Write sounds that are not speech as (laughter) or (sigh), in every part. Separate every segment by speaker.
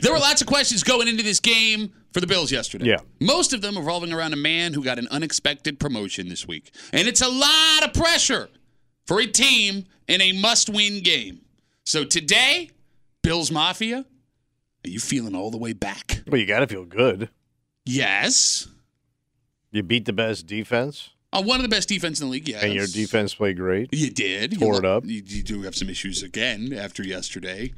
Speaker 1: There were lots of questions going into this game for the Bills yesterday.
Speaker 2: Yeah.
Speaker 1: Most of them revolving around a man who got an unexpected promotion this week. And it's a lot of pressure for a team in a must win game. So today, Bills Mafia, are you feeling all the way back?
Speaker 2: Well, you got to feel good.
Speaker 1: Yes.
Speaker 2: You beat the best defense,
Speaker 1: Uh, one of the best defense in the league, yes.
Speaker 2: and your defense played great.
Speaker 1: You did.
Speaker 2: Tore
Speaker 1: you
Speaker 2: it
Speaker 1: lo-
Speaker 2: up.
Speaker 1: You, you do have some issues again after yesterday.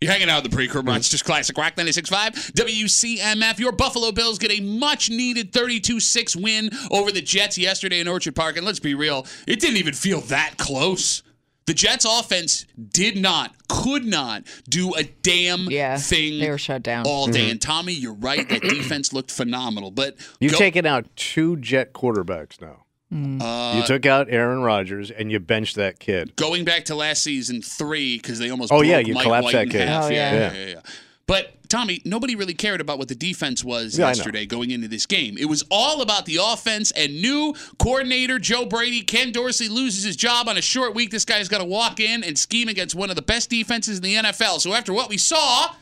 Speaker 1: You're hanging out with the pre-curb Monsters Classic Rock 96.5, WCMF. Your Buffalo Bills get a much-needed 32-6 win over the Jets yesterday in Orchard Park. And let's be real, it didn't even feel that close. The Jets' offense did not, could not do a damn
Speaker 3: Yeah,
Speaker 1: thing
Speaker 3: they were shut down.
Speaker 1: all day.
Speaker 2: Mm-hmm.
Speaker 1: And Tommy, you're right. That defense looked phenomenal. But
Speaker 2: You've
Speaker 1: go-
Speaker 2: taken out two Jet quarterbacks now.
Speaker 1: Uh,
Speaker 2: you took out Aaron Rodgers, and you benched that kid.
Speaker 1: going back to last season three because they almost
Speaker 2: Oh,
Speaker 1: broke
Speaker 2: yeah, you
Speaker 1: Mike
Speaker 2: collapsed
Speaker 1: White
Speaker 2: that
Speaker 1: in
Speaker 2: case.
Speaker 1: half.
Speaker 3: Oh,
Speaker 1: yeah, yeah,
Speaker 2: yeah.
Speaker 1: yeah, yeah. But Tommy, nobody really cared about what the defense was
Speaker 2: Yeah, I know.
Speaker 1: yesterday going into this game. It was all about the offense and new coordinator Joe Brady. Ken Dorsey loses his job on a short week. This guy's got to walk in and scheme against one of the best defenses in the NFL. So after what we saw,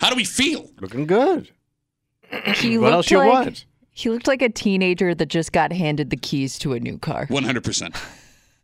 Speaker 1: how do we feel?
Speaker 2: Looking good.
Speaker 3: He
Speaker 2: What else
Speaker 3: looked
Speaker 2: you
Speaker 3: like-
Speaker 2: want?
Speaker 3: He looked like a teenager that just got handed the keys to a new car.
Speaker 1: One hundred percent.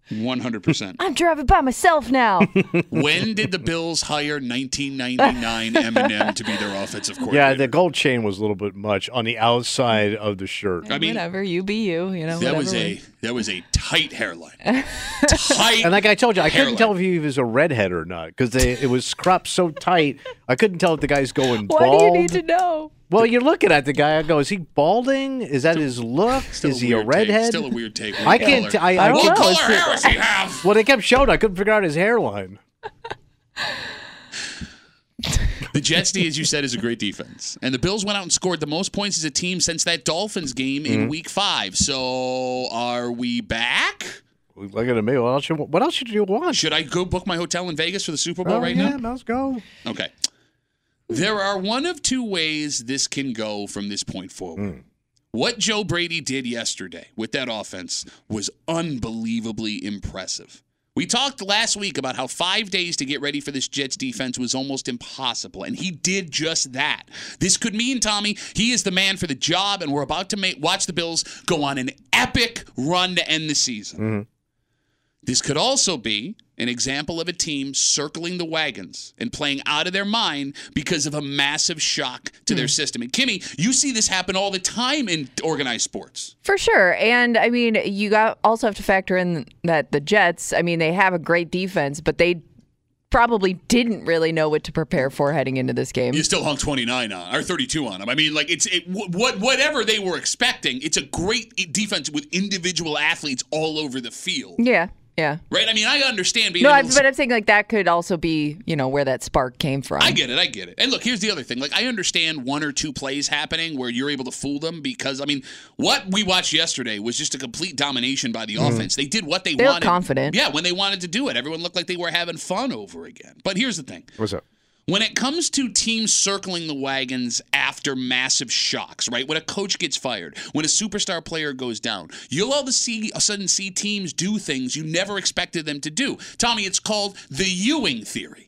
Speaker 1: One hundred percent.
Speaker 3: I'm driving by myself now.
Speaker 1: When did the Bills hire 1999 Eminem to be their offensive coordinator?
Speaker 2: Yeah, the gold chain was a little bit much on the outside of the shirt.
Speaker 1: I mean,
Speaker 3: whatever, you be you. You know,
Speaker 1: That
Speaker 3: whatever
Speaker 1: was a
Speaker 3: works.
Speaker 1: that was a tight hairline. tight.
Speaker 2: And like I told you, I
Speaker 1: Hairline.
Speaker 2: couldn't tell if he was a redhead or not because it was cropped so tight. I couldn't tell if the guy's going
Speaker 3: Why
Speaker 2: bald.
Speaker 3: do you need to know?
Speaker 2: Well, you're looking at the guy. I go, is he balding? Is that his look?
Speaker 1: Still
Speaker 2: Is he a
Speaker 1: weird take.
Speaker 2: redhead?
Speaker 1: Still a weird take.
Speaker 2: I can't.
Speaker 1: Color.
Speaker 2: T- I,
Speaker 3: I
Speaker 2: I
Speaker 3: don't
Speaker 1: what
Speaker 2: can't-
Speaker 3: know.
Speaker 1: color
Speaker 3: It's-
Speaker 1: hair does he have?
Speaker 2: Well, they kept showing. I couldn't figure out his hairline.
Speaker 1: The Jets, D, as you said, is a great defense, and the Bills went out and scored the most points as a team since that Dolphins game
Speaker 2: Mm-hmm.
Speaker 1: in Week Five. So are we back?
Speaker 2: Looking at me. What else? You, what else should you want?
Speaker 1: Should I go book my hotel in Vegas for the Super Bowl
Speaker 2: Oh,
Speaker 1: right
Speaker 2: yeah,
Speaker 1: now?
Speaker 2: Let's go.
Speaker 1: Okay. There are one of two ways this can go from this point forward. What Joe Brady did yesterday with that offense was unbelievably impressive. We talked last week about how five days to get ready for this Jets defense was almost impossible, and he did just that. This could mean, Tommy, he is the man for the job, and we're about to make, watch the Bills go on an epic run to end the season. This could also be an example of a team circling the wagons and playing out of their mind because of a massive shock to their system. And Kimmy, you see this happen all the time in organized sports.
Speaker 3: For sure. And I mean, you got also have to factor in that the Jets, I mean, they have a great defense, but they probably didn't really know what to prepare for heading into this game.
Speaker 1: You still hung 29 on or 32 on them. I mean, like it's it, wh- what whatever they were expecting. It's a great defense with individual athletes all over the field,
Speaker 3: yeah. Yeah.
Speaker 1: right? I mean, I understand being
Speaker 3: No, I,
Speaker 1: able to
Speaker 3: but I'm saying like that could also be, you know, where that spark came from.
Speaker 1: I get it. I get it. And look, here's the other thing. Like, I understand one or two plays happening where you're able to fool them because, I mean, what we watched yesterday was just a complete domination by the offense. They did what they,
Speaker 3: They look
Speaker 1: wanted.
Speaker 3: confident.
Speaker 1: Yeah, when they wanted to do it, everyone looked like they were having fun over again. But here's the thing
Speaker 2: What's up?
Speaker 1: when it comes to teams circling the wagons after massive shocks, right? When a coach gets fired, when a superstar player goes down, you'll all of a see- a sudden see teams do things you never expected them to do. Tommy, it's called the Ewing theory.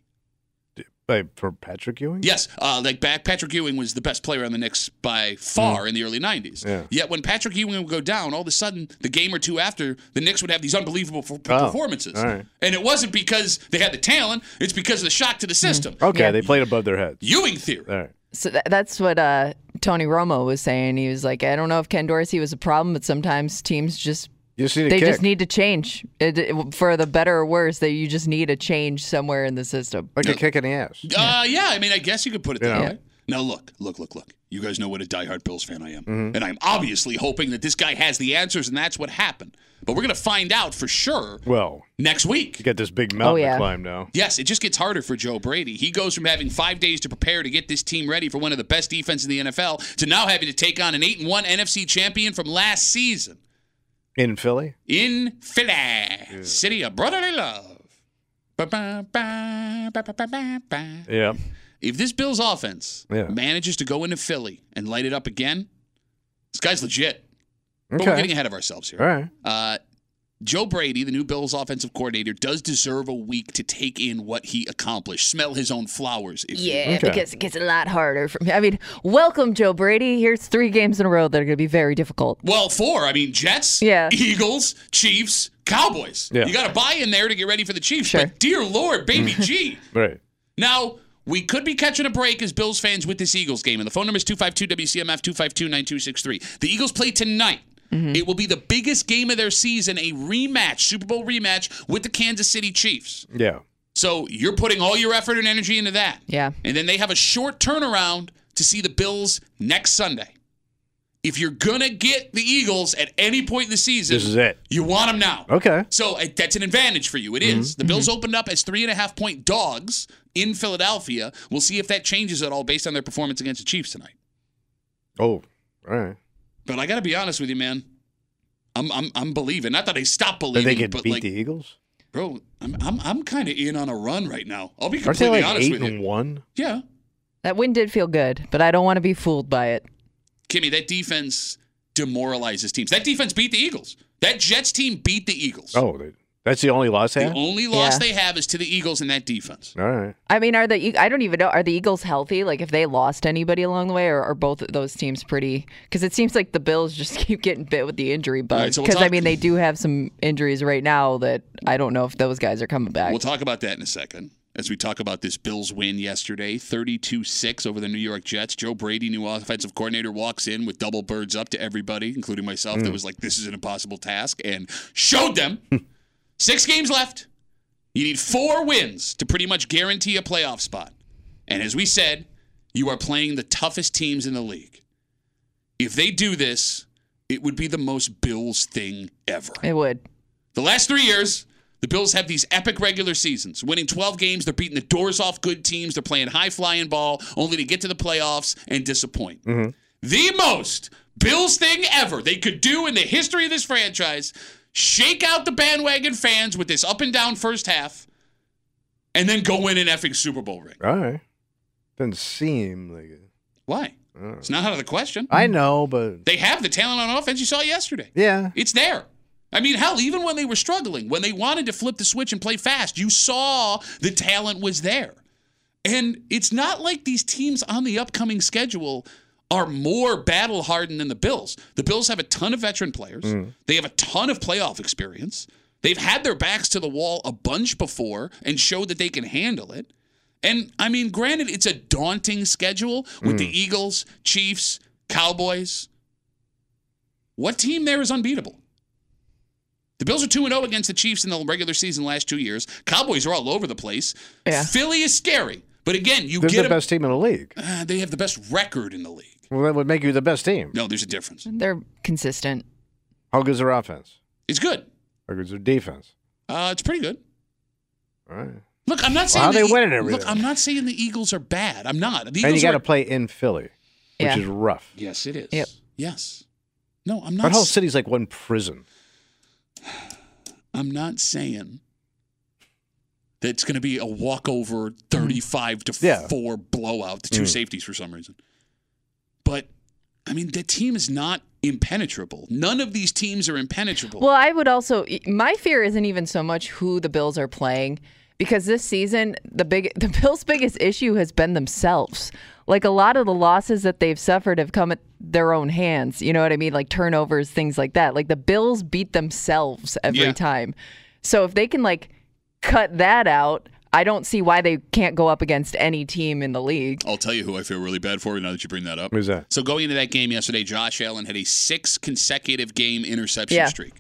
Speaker 2: Like for Patrick Ewing?
Speaker 1: Yes, uh, like back Patrick Ewing was the best player on the Knicks by far in the early '90s.
Speaker 2: Mm. Yeah.
Speaker 1: Yet when Patrick Ewing would go down, all of a sudden the game or two after, the Knicks would have these unbelievable f-
Speaker 2: Oh,
Speaker 1: performances,
Speaker 2: all right.
Speaker 1: and it wasn't because they had the talent; it's because of the shock to the system.
Speaker 2: Mm. Okay, they played above their heads.
Speaker 1: Ewing theory.
Speaker 2: All right.
Speaker 3: So tha that's what uh, Tony Romo was saying. He was like, I don't know if Ken Dorsey was a problem, but sometimes teams just
Speaker 2: You just need a
Speaker 3: they
Speaker 2: kick.
Speaker 3: just need to change it, it- for the better or worse. That you just need a change somewhere in the system.
Speaker 2: like a kick in the ass.
Speaker 1: Uh, yeah, I mean, I guess you could put it that
Speaker 2: Yeah.
Speaker 1: way. Now, look, look, look, look. You guys know what a diehard Bills fan I am.
Speaker 2: Mm-hmm.
Speaker 1: And I'm obviously hoping that this guy has the answers, and that's what happened. But we're going to find out for sure
Speaker 2: Well,
Speaker 1: next
Speaker 2: you
Speaker 1: week.
Speaker 2: got this big mountain
Speaker 3: Oh, yeah.
Speaker 2: to climb now.
Speaker 1: Yes, it just gets harder for Joe Brady. He goes from having five days to prepare to get this team ready for one of the best defenses in the NFL to now having to take on an 8 and 1 NFC champion from last season
Speaker 2: In Philly?
Speaker 1: in Philly, city of brotherly love. Ba-ba-ba, ba-ba-ba-ba.
Speaker 2: Yeah.
Speaker 1: If this Bills offense
Speaker 2: Yeah.
Speaker 1: manages to go into Philly and light it up again, this guy's legit. But we're getting
Speaker 2: Okay.
Speaker 1: ahead of ourselves here.
Speaker 2: All right.
Speaker 1: Uh, Joe Brady, the new Bills offensive coordinator, does deserve a week to take in what he accomplished, smell his own flowers. If you-
Speaker 3: Yeah,
Speaker 2: Okay.
Speaker 3: because it gets a lot harder for me. I mean, welcome Joe Brady. Here's three games in a row that are going to be very difficult.
Speaker 1: Well, four. I mean, Jets,
Speaker 3: Yeah.
Speaker 1: Eagles, Chiefs, Cowboys.
Speaker 2: Yeah.
Speaker 1: You got to buy in there to get ready for the Chiefs.
Speaker 3: Sure.
Speaker 1: But dear Lord, baby G.
Speaker 2: Right.
Speaker 1: Now, we could be catching a break as Bills fans with this Eagles game. And the phone number is 252-WCMF, 252-9263. The Eagles play tonight.
Speaker 3: Mm-hmm.
Speaker 1: It will be the biggest game of their season, a rematch, Super Bowl rematch with the Kansas City Chiefs.
Speaker 2: Yeah.
Speaker 1: So you're putting all your effort and energy into that.
Speaker 3: Yeah.
Speaker 1: And then they have a short turnaround to see the Bills next Sunday. If you're going to get the Eagles at any point in the season,
Speaker 2: This is it.
Speaker 1: you want them now.
Speaker 2: Okay. Mm-hmm.
Speaker 1: So uh, that's an advantage for you. It is. The Bills opened up as three and a half point dogs in Philadelphia. We'll see if that changes at all based on their performance against the Chiefs tonight.
Speaker 2: Oh, all right.
Speaker 1: But I got to be honest with you, man. I'm I'm, I'm believing. Not that I stop
Speaker 2: That
Speaker 1: believing,
Speaker 2: they could
Speaker 1: but
Speaker 2: beat
Speaker 1: like,
Speaker 2: the Eagles?
Speaker 1: bro, I'm I'm, I'm kind of in on a run right now. I'll be
Speaker 2: Aren't they
Speaker 1: completely
Speaker 2: like
Speaker 1: honest
Speaker 2: 8
Speaker 1: with you.
Speaker 2: and 1?
Speaker 1: Yeah,
Speaker 3: That win did feel good, but I don't want to be fooled by it.
Speaker 1: Kimmy, that defense demoralizes teams. That defense beat the Eagles. That Jets team beat the Eagles.
Speaker 2: Oh, they, that's the only loss they
Speaker 1: the
Speaker 2: had?
Speaker 1: only loss
Speaker 3: Yeah.
Speaker 1: they have is to the Eagles in that defense.
Speaker 2: All right.
Speaker 3: I mean, are the E- I don't even know are the Eagles healthy? Like, if they lost anybody along the way, or are both of those teams pretty? Because it seems like the Bills just (laughs) keep getting bit with the injury bug.
Speaker 1: right,
Speaker 3: Because
Speaker 1: so we'll
Speaker 3: I
Speaker 1: talk-
Speaker 3: mean, they do have some injuries right now that I don't know if those guys are coming back.
Speaker 1: We'll talk about that in a second. As we talk about this Bills win yesterday, 32 6 over the New York Jets. Joe Brady, new offensive coordinator, walks in with double birds up to everybody, including myself, that was like, this is an impossible task, and showed them six games left. You need four wins to pretty much guarantee a playoff spot. And as we said, you are playing the toughest teams in the league. If they do this, it would be the most Bills thing ever.
Speaker 3: it would.
Speaker 1: The last three years, the Bills have these epic regular seasons, winning 12 games. They're beating the doors off good teams. They're playing high flying ball, only to get to the playoffs and disappoint. The most Bills thing ever they could do in the history of this franchise shake out the bandwagon fans with this up and down first half, and then go win an effing Super Bowl ring.
Speaker 2: All right. Doesn't seem like it.
Speaker 1: Why? It's not out of the question.
Speaker 2: I know, but
Speaker 1: They have the talent on offense you saw yesterday.
Speaker 2: yeah.
Speaker 1: It's there. I mean, hell, even when they were struggling, when they wanted to flip the switch and play fast, you saw the talent was there. And it's not like these teams on the upcoming schedule are more battle hardened than the Bills. The Bills have a ton of veteran players, they have a ton of playoff experience. They've had their backs to the wall a bunch before and showed that they can handle it. And I mean, granted, it's a daunting schedule with
Speaker 2: Mm.
Speaker 1: the Eagles, Chiefs, Cowboys. What team there is unbeatable? The Bills are 2 0 against the Chiefs in the regular season last two years. Cowboys are all over the place.
Speaker 3: Yeah.
Speaker 1: Philly is scary. But again, you
Speaker 2: They're
Speaker 1: get
Speaker 2: the
Speaker 1: 'em-
Speaker 2: best team in the league.
Speaker 1: Ah, they have the best record in the league.
Speaker 2: Well, that would make you the best team.
Speaker 1: No, there's a difference.
Speaker 3: They're consistent.
Speaker 2: How good's their offense?
Speaker 1: It's good.
Speaker 2: How good's their defense?
Speaker 1: Uh, it's pretty good.
Speaker 2: All right.
Speaker 1: Look, I'm not saying
Speaker 2: Well, how
Speaker 1: the E-
Speaker 2: they winning everything?
Speaker 1: Look, I'm not saying the Eagles are bad. I'm not. The Eagles
Speaker 2: and you got
Speaker 1: are-
Speaker 2: to play in Philly, which
Speaker 3: Yeah.
Speaker 2: is rough.
Speaker 1: Yes, it is.
Speaker 3: Yep.
Speaker 1: Yes. No, I'm
Speaker 2: That
Speaker 1: not.
Speaker 2: whole
Speaker 1: s-
Speaker 2: city's like one prison.
Speaker 1: I'm not saying that it's going to be a walkover 35 to
Speaker 2: Yeah. Mm.
Speaker 1: 4 blowout, the two safeties for some reason. But, I mean, the team is not impenetrable. None of these teams are impenetrable.
Speaker 3: e, Well, I would also. My fear isn't even so much who the Bills are playing. because this season the big (laughs) the Bills' biggest issue has been themselves. Like a lot of the losses that they've suffered have come at their own hands. You know what I mean? Like turnovers, things like that. Like the Bills beat themselves every
Speaker 1: Yeah.
Speaker 3: time. So if they can like cut that out, I don't see why they can't go up against any team in the league.
Speaker 1: I'll tell you who I feel really bad for now that you bring that up.
Speaker 2: Who's that?
Speaker 1: So going into that game yesterday, Josh Allen had a six consecutive game interception
Speaker 3: Yeah.
Speaker 1: streak.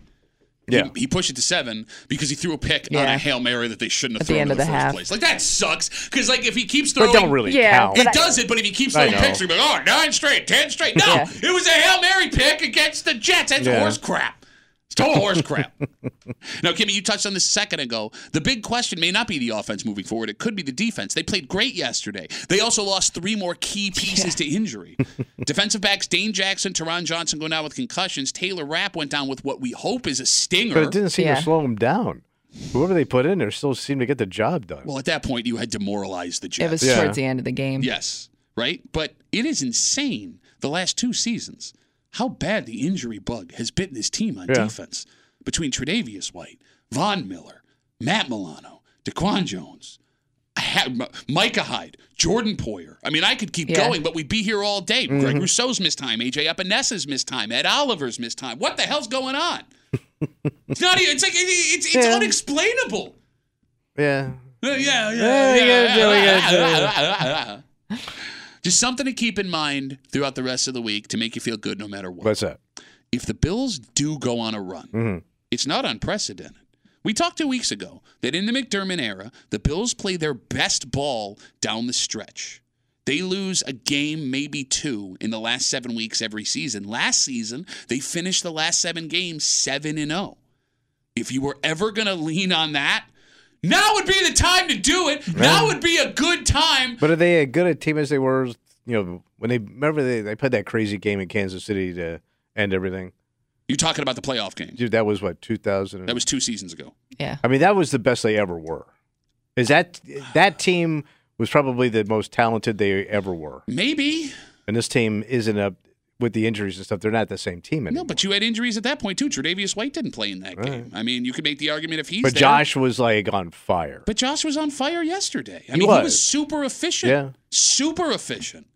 Speaker 2: Yeah.
Speaker 1: He pushed it to seven because he threw a pick on
Speaker 3: Yeah.
Speaker 1: a hail mary that they shouldn't have
Speaker 3: At the
Speaker 1: thrown
Speaker 3: end
Speaker 1: in
Speaker 3: of
Speaker 1: the,
Speaker 3: the
Speaker 1: first
Speaker 3: half.
Speaker 1: place. Like that sucks because like if he keeps throwing,
Speaker 2: But don't really
Speaker 3: Yeah,
Speaker 2: count.
Speaker 1: It
Speaker 3: but I-
Speaker 1: does it, but if he keeps
Speaker 2: Oh, I
Speaker 1: throwing
Speaker 2: know.
Speaker 1: picks, he'll be like, oh, nine straight, ten straight. No,
Speaker 3: Yeah.
Speaker 1: it was a Hail Mary pick against the Jets. That's
Speaker 2: Yeah.
Speaker 1: horse crap. It's total horse crap. (laughs) Now, Kimmy, you touched on this a second ago. The big question may not be the offense moving forward. It could be the defense. They played great yesterday. They also lost three more key pieces to
Speaker 2: (laughs)
Speaker 1: injury. Defensive backs Dane Jackson, Teron Johnson go down with concussions. Taylor Rapp went down with what we hope is a stinger.
Speaker 2: But it didn't seem
Speaker 3: Yeah.
Speaker 2: to slow him down. Whoever they put in there still seemed to get the job done.
Speaker 1: well, at that point, you had demoralized the Jets.
Speaker 3: It was
Speaker 2: Yeah.
Speaker 3: towards the end of the game.
Speaker 1: Yes, right? But it is insane the last two seasons how bad the injury bug has bitten this team on
Speaker 2: Yeah.
Speaker 1: defense between Tredavious White, Von Miller, Matt Milano, Daquan Jones, Ha- M- Micah Hyde, Jordan Poyer. I mean, I could keep
Speaker 3: Yeah.
Speaker 1: going, but we'd be here all day.
Speaker 2: Mm-hmm.
Speaker 1: Greg Rousseau's missed time, AJ Epinesa's missed time, Ed Oliver's missed time. What the hell's going on? (laughs) it's not even, it's like, it- it's, it's
Speaker 2: Yeah.
Speaker 1: unexplainable.
Speaker 2: Yeah.
Speaker 1: Yeah, yeah,
Speaker 2: Yeah,
Speaker 1: yeah,
Speaker 2: yeah, yeah,
Speaker 1: yeah. (laughs) Just something to keep in mind throughout the rest of the week to make you feel good no matter what.
Speaker 2: What's that?
Speaker 1: if the Bills do go on a run,
Speaker 2: Mm-hmm.
Speaker 1: it's not unprecedented. We talked two weeks ago that in the McDermott era, the Bills play their best ball down the stretch. They lose a game, maybe two, in the last seven weeks every season. Last season, they finished the last seven games seven and zero. If you were ever going to lean on that, now would be the time to do it. Now would be a good time.
Speaker 2: But are they as good a team as they were, you know, when they remember they, they played that crazy game in Kansas City to end everything?
Speaker 1: You're talking about the playoff game.
Speaker 2: Dude, that was what, 2000?
Speaker 1: That was two seasons ago.
Speaker 3: Yeah.
Speaker 2: I mean, that was the best they ever were. Is that that team was probably the most talented they ever were.
Speaker 1: Maybe.
Speaker 2: And this team isn't up with the injuries and stuff. They're not the same team anymore.
Speaker 1: No, but you had injuries at that point too. Tre'Davious White didn't play in that game. I mean, you could make the argument if he's
Speaker 2: But
Speaker 1: there.
Speaker 2: Josh was like on fire.
Speaker 1: but Josh was on fire yesterday. I mean, he was
Speaker 2: was.
Speaker 1: super efficient.
Speaker 2: Yeah.
Speaker 1: super efficient.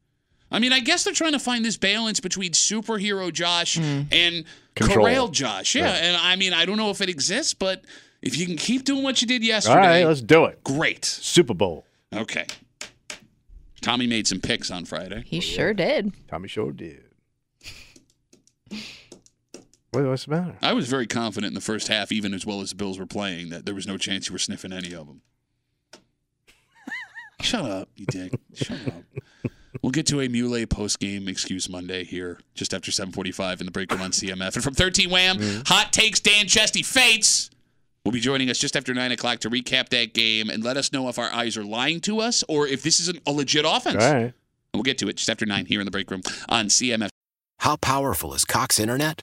Speaker 1: I mean, I guess they're trying to find this balance between superhero Josh and
Speaker 2: Control.
Speaker 1: Corral Josh. Yeah, and I mean, I don't know if it exists, but if you can keep doing what you did yesterday,
Speaker 2: All right, let's do it.
Speaker 1: great.
Speaker 2: Super Bowl.
Speaker 1: Okay. Tommy made some picks on Friday.
Speaker 3: He sure did.
Speaker 2: Tommy Shore did. What, what's the matter?
Speaker 1: I was very confident in the first half, even as well as the Bills were playing, that there was no chance you were sniffing any of
Speaker 2: (laughs)
Speaker 1: them. Shut up, you dick. Shut up. We'll get to a Mule post game excuse Monday here just after 7:45 in the break room on CMF. And from 13 Wham, hot takes Dan Chesty fates will be joining us just after nine o'clock to recap that game and let us know if our eyes are lying to us or if this is an, a legit offense.
Speaker 2: All
Speaker 1: And
Speaker 2: right.
Speaker 1: we'll get to it just after nine here in the break room on CMF.
Speaker 4: How powerful is Cox Internet?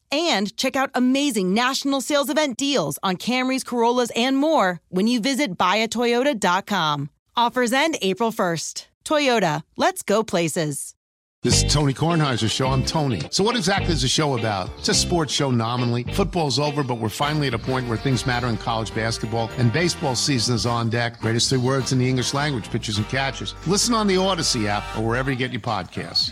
Speaker 5: and check out amazing national sales event deals on Camrys, Corollas, and more when you visit buyatoyota.com. Offers end April 1st. Toyota, let's go places.
Speaker 2: This is Tony Kornheiser's show. I'm Tony. So, what exactly is the show about? It's a sports show nominally. Football's over, but we're finally at a point where things matter in college basketball, and baseball season is on deck. Greatest three words in the English language, pitches and catches. Listen on the Odyssey app or wherever you get your podcasts.